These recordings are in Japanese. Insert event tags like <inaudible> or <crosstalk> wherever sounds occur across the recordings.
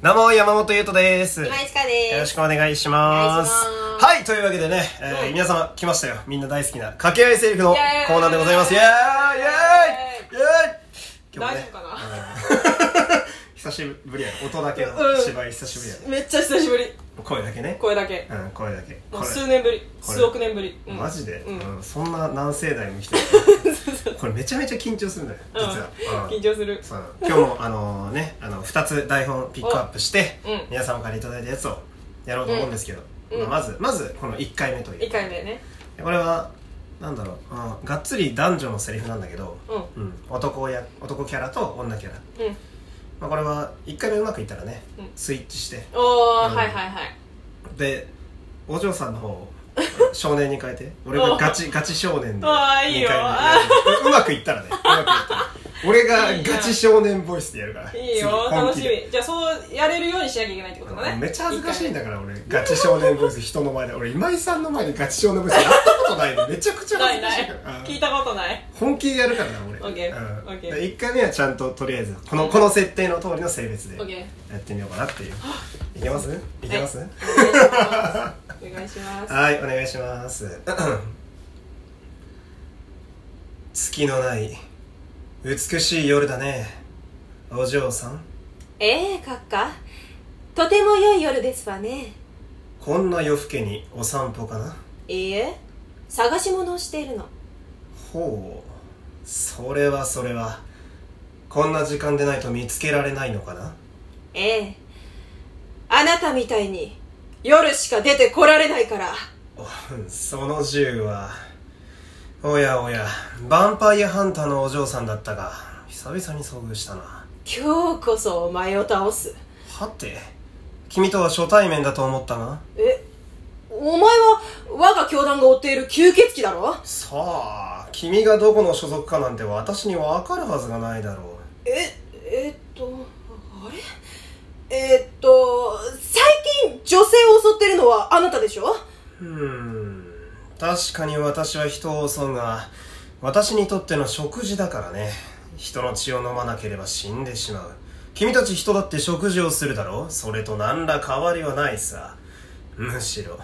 どうも、山本優斗です。よ今井ちかです。ろしくお願いします。お願いしますはい、というわけでね、えーはい皆様来ましたよ。みんな大好きな掛け合いセリフのコイエーイーナーでございます。イェーイイェーイイェーイ今日も大丈ね夫、か <laughs> 久しぶりやろ。音だけのうん芝居久しぶりやなめっちゃ久しぶり。ろ。声だけね。これだけ。うん、声だけ。もうこれ数年ぶり。これ数億年ぶり。うんマジで、 <laughs> うん。うんそんな何世代も来てるこれめちゃめちゃ緊張するんだよ、実は。うん緊張する。そう今日もあのねあの2つ台本ピックアップして、うん皆様からいただいたやつをやろうと思うんですけど、うんうんまあまずまずこの1回目とい一う回目ね。これはなんだろう、うん、がっつり男女のセリフなんだけど、うん。うん、男や男キャラと女キャラ、うん。まあ、これは1回目うまくいったらね、うんスイッチしておー、うんはいはいはい。でお嬢さんの方を少年に変え <laughs> て俺がガチガチ少年であーいいよ二目ううまくいったらねうまくいったら俺がガチ少年ボイスでやるからいい次よ、本楽気しでみ。じゃあ、そうやれるようにしなきゃいけないってことだね。めっちゃ恥ずかしいんだ。だから俺ガチ少年ボイス人の前で俺今井さんの前でガチ少年ボイスやったことない <laughs> のめちゃくちゃな恥いずかなしいいからうん。聞いたことない。本気でやるからな俺オッケーうんオッケーで一回目はちゃんととりあえずこのこの設定の通りの性別でオッケーやってみようかなっていういけますいけますお願いします。はいお願いします <clears throat> 月のない美しい夜だねお嬢さんええー、閣下。とても良い夜ですわね。こんな夜更けにお散歩かないいえ、探し物をしているの。ほうそれはそれはこんな時間でないと見つけられないのかな <laughs> ええあなたみたいに夜しか出てこられないからおその銃はおやおやヴァンパイアハンターのお嬢さんだったが久々に遭遇したな今日こそお前を倒すはて君とは初対面だと思ったがえお前は我が教団が追っている吸血鬼だろさあ君がどこの所属かなんて私に分かるはずがないだろええっとあれえっと最近女性を襲ってるのはあなたでしょううーん確かに私は人を襲うが私にとっての食事だからね人の血を飲まなければ死んでしまう君たち人だって食事をするだろそれと何ら変わりはないさむしろ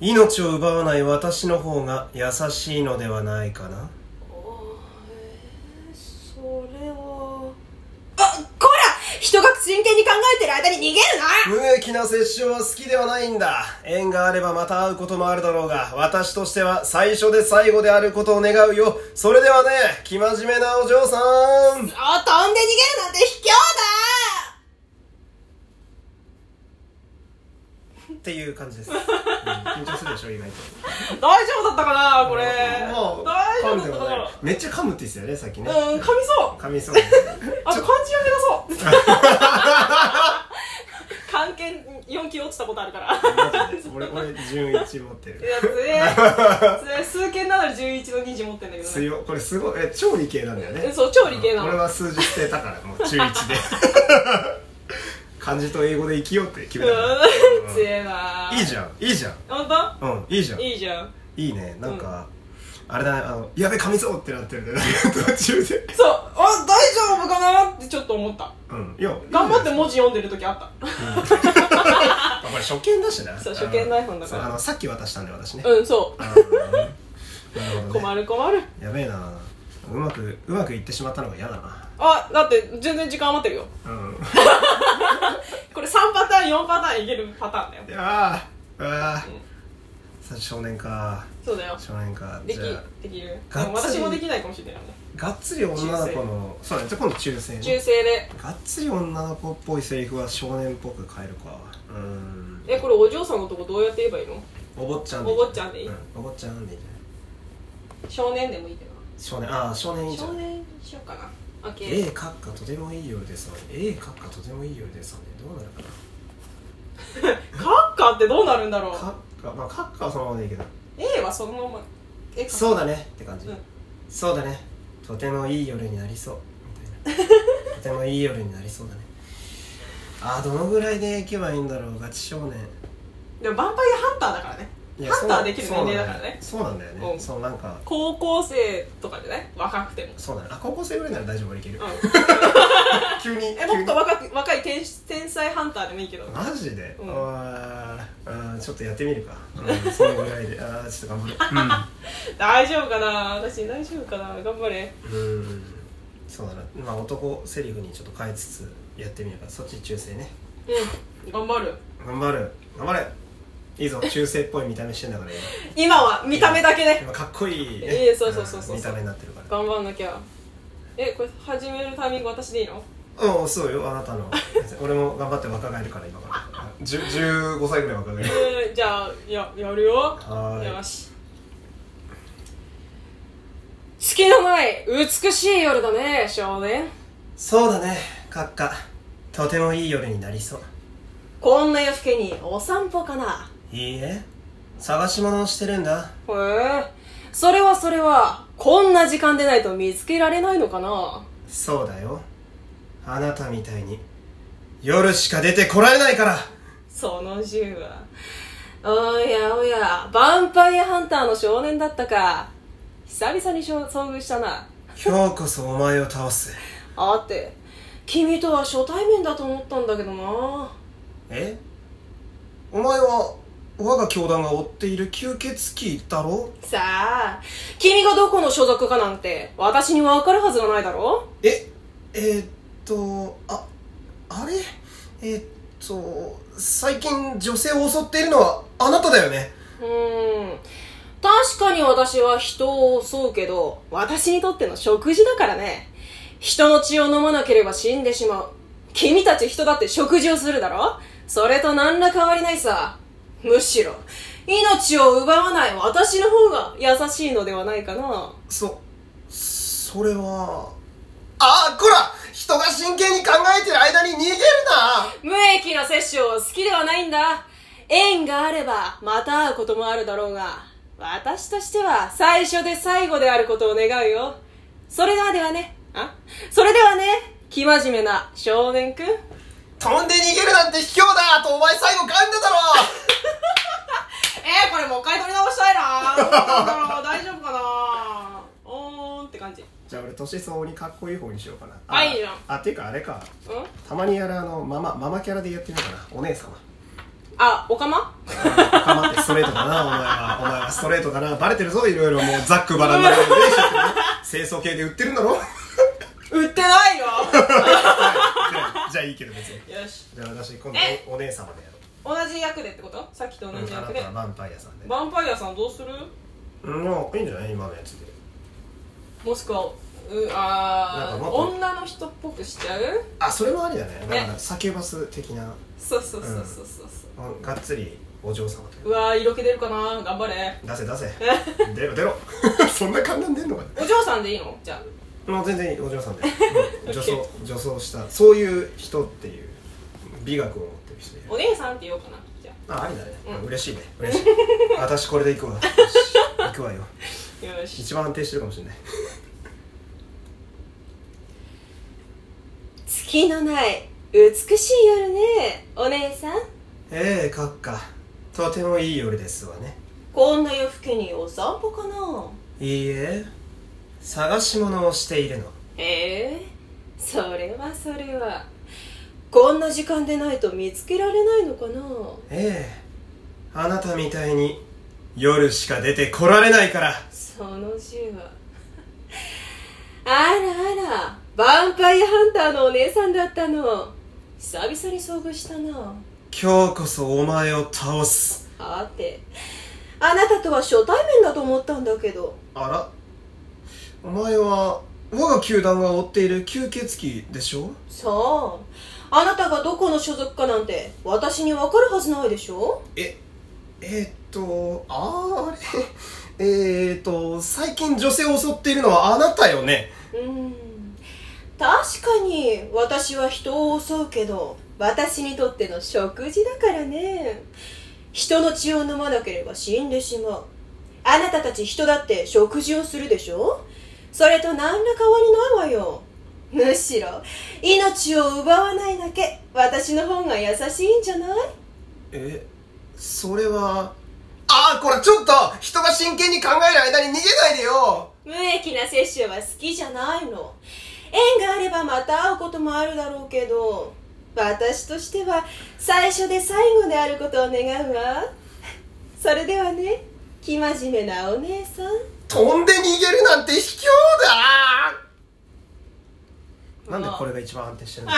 命を奪わない私の方が優しいのではないかなそれはあこら人が真剣に考えてる間に逃げるな無益な接触は好きではないんだ縁があればまた会うこともあるだろうが私としては最初で最後であることを願うよそれではね生真面目なお嬢さんあ飛んで逃げるなんて卑怯だっていう感じです、うん緊張するでしょ意外と大丈夫だったかなこれもう大丈噛んで夫だったもかなないめっちゃ噛むって言ってたよねさっきねうん噛みそう噛みそうあと漢字が目指そう <laughs> 漢検4級落ちたことあるからいマジで俺俺順一持って <laughs> るや強い強い数検なのに11の2字持ってんだけどね強いこれすごいえ超理系なんだよねえそう超理系なの俺は数字捨てたからもう中1で <laughs> 漢字と英語で生きようって決めたからうん強えないいじゃんいいじゃんゃん本うんいいじゃん当いいじゃんいいねなんか、あれだねあのやべ噛みそうってなってるん <laughs> だよね途中でそうあ大丈夫かなってちょっと思ったうんいや頑張っていい文字読んでる時あった <laughs> じゃんあこれ初見だしなそう初見台本だからそうあのさっき渡したんで私ね、うんそあーなるほうどね <laughs> 困る困るやべえなうまくうまくいってしまったのが嫌だなあだって全然時間余ってるよ <laughs> うんこれ3パターン4パターンいけるパターンだよいやーうわーさ少年かそうだよ少年かできじゃあできるがっつり私もできないかもしれないねがっつり女の子のそうだねじゃあ今度中性ね中性でがっつり女の子っぽいセリフは少年っぽく変えるかうーんえこれお嬢さんのとこどうやって言えばいいのお坊ちゃんお坊ちゃんでいいうん、お坊ちゃんでいいんじゃない少年でもいいけど少年ああ少年いいじゃ少ん年にしようかな OK 絵描くかとてもいい夜ですので絵描くかとてもいい夜ですのでどうなるかなカッカってどうなるんだろう描くかまあ描くかはそのままでいいけど A はそのままえかそうだねって感じ、うんそうだねとてもいい夜になりそうみた <laughs> いなとてもいい夜になりそうだねああどのぐらいで行けばいいんだろうガチ少年でもヴァンパイアハンターだからねいや判断そうできるそうなん年だ齢よだからねそうなんだよね、うんそうなんか高校生とかじゃない若くても、そうだねあ高校生ぐらいなら大丈夫俺いける、うん、 <laughs> 急にえもっと若く若い天天才ハンターでもいいけど急にマジで、ううんあーちょっとやってみるか、うん、そのぐらいでああちょっと頑 <laughs> 張大丈夫かな私大丈夫かな頑張れろううんうんそうだなまあ男セリフにちょっと変えつつやってみるかそっち中性ねうん頑張る頑張る頑張れいいぞ中性っぽい見た目してんだから今今は見た目だけね今かっこいい、いいね、えそうそうそうそう見た目になってるから頑張んなきゃえこれ始めるタイミング私でいいのうんそうよあなたの俺も頑張って若返るから今からじゅ15歳ぐらい若返るえー、じゃあややるよはーいよし月のない美しい夜だね少年そうだね閣下とてもいい夜になりそうこんな夜更けにお散歩かなはいいえ探し物をしてるんだへえそれはそれはこんな時間でないと見つけられないのかなそうだよあなたみたいに夜しか出てこられないからその銃はおやおやヴァンパイアハンターの少年だったか久々にしょ遭遇したな今日こそお前を倒すあって君とは初対面だと思ったんだけどなえお前は我が教団が追っている吸血鬼だろさあ君がどこの所属かなんて私に分かるはずがないだろええー、っとああれえー、っと最近女性を襲っているのはあなただよねうーん確かに私は人を襲うけど私にとっての食事だからね人の血を飲まなければ死んでしまう君たち人だって食事をするだろそれと何ら変わりないさむしろ命を奪わない私の方が優しいのではないかなそそれはあこら人が真剣に考えてる間に逃げるな無益な殺生好きではないんだ縁があればまた会うこともあるだろうが私としては最初で最後であることを願うよそれではではねあそれではね生真面目な少年くん飛んで逃げるなんて卑怯だとお前最後噛んだだろえー、これもう一回撮り直したい <laughs> などうなんだろう大丈夫かなおーんって感じ <laughs> じゃあ俺年相応にかっこいい方にしようかなあいいじゃんあていうかあれかうんたまにやるあのママママキャラでやってみようかなお姉様あおかまかまってストレートだなお前はお前はストレートだなバレてるぞいろいろもうザックバラになるよね清掃系で売ってるんだろ <laughs> 売ってないよ <laughs> じゃあいいけど別によしじゃあ私今度えおお姉様でやろ同じ役でってことさっきとう、同じあな役たではヴァンパイアさんでヴァンパイアさんどうするうんもういいんじゃない今のやつでもしくはうなあんかーもっと女の人っぽくしちゃうあそれもありだねだかねら酒バス的なそうそうそうそうそうそううんがっつりお嬢様といううわー色気出るかな頑張れ <laughs> 出せ出せ出ろ出 <laughs> ろそんな簡単に出んのかねお嬢さんでいいのじゃもう全然いいお嬢 <laughs> さんで、うん、女装女装したそういう人っていう美学を持ってる人いるあお姉さんって言おうかなじゃあありだね、うん嬉しいね <laughs> 嬉しい私これで行くわよし行くわよあよし一番安定してるかもしれない月のない美しい夜ねお姉さんええ閣下とてもいい夜ですわねこんな夜更けにお散歩かないいえ探し物をしているのへえそれはそれはこんな時間でないと見つけられないのかなええあなたみたいに夜しか出てこられないからその銃はあらあらヴァンパイアハンターのお姉さんだったの久々に遭遇したな今日こそお前を倒すはてあなたとは初対面だと思ったんだけどあらお前は我が球団が追っている吸血鬼でしょそうあなたがどこの所属かなんて私にわかるはずないでしょええーっとあーあ <laughs> れえーっと最近女性を襲っているのはあなたよねうーん確かに私は人を襲うけど私にとっての食事だからね人の血を飲まなければ死んでしまうあなたたち人だって食事をするでしょそれと何ら変わりないわよむしろ命を奪わないだけ私の方が優しいんじゃないえそれはああ、これちょっと人が真剣に考える間に逃げないでよ無益な摂取は好きじゃないの縁があればまた会うこともあるだろうけど私としては最初で最後であることを願うわそれではね生真面目なお姉さん飛んで逃げるなんて卑怯だなんでこれが一番安定してるの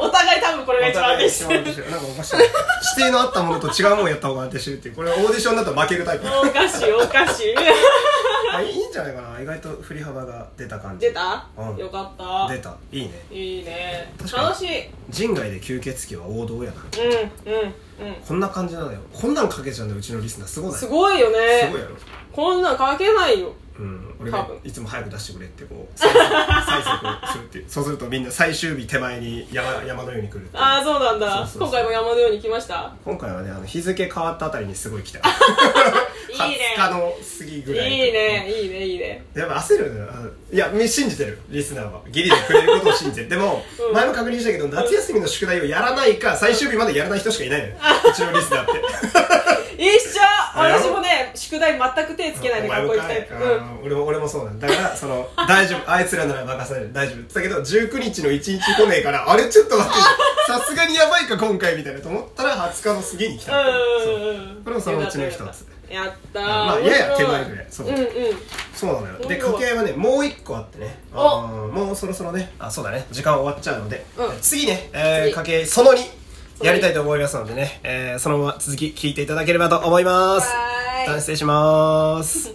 お互い多分これが一番で一す番安定してるなんかおかしいな指定のあったものと違うもんやった方が安定してるっていうこれオーディションだと負けるタイプおかしいおかしいあいいんじゃないかな意外と振り幅が出た感じ出た、うんよかった出たいいねいいね確かに楽しい人外で吸血鬼は王道やなうんうんうんこんな感じなのよこんなんかけちゃうんだようちのリスナーすごないすごいよねすごいやろこんなん書けないようん、俺が多分いつも早く出してくれってこう催促するっていうそうするとみんな最終日手前に山山のように来るっていうああそうなんだそうそう今そう回も山のように来ました今回はねあの日付変わったあたりにすご <laughs> い来たいい20ね日の過ぎいいぐらいねいいねいいねやっぱ焦るよねあのいやみ信じてるリスナーはギリでくれることを信じてるでも、うん前も確認したけど夏休みの宿題をやらないか最終日までやらない人しかいないのようちのリスナ <laughs> ーって一緒あやろ私もね宿題全く手つけないで学校行きたいおう前もかいんうん俺も俺もそうなんだだからその大丈夫あいつらなら任せる大丈夫だけど19日の1日来ねえからあれちょっと待ってさすがにやばいか今回みたいなと思ったら20日の過ぎに来たっていうそううんうんうんこれもそのうちの一つやったーま面あ白いやや手前ぐらいそううんうんそうなのよでそう家よ計はねもう一個あってねおあーもうそろそろねあそうだね時間終わっちゃうので、うん次ね、えー、次家計その2の二やりたいと思いますのでね、えー、そのまま続き聞いていただければと思いますはーい一旦失礼します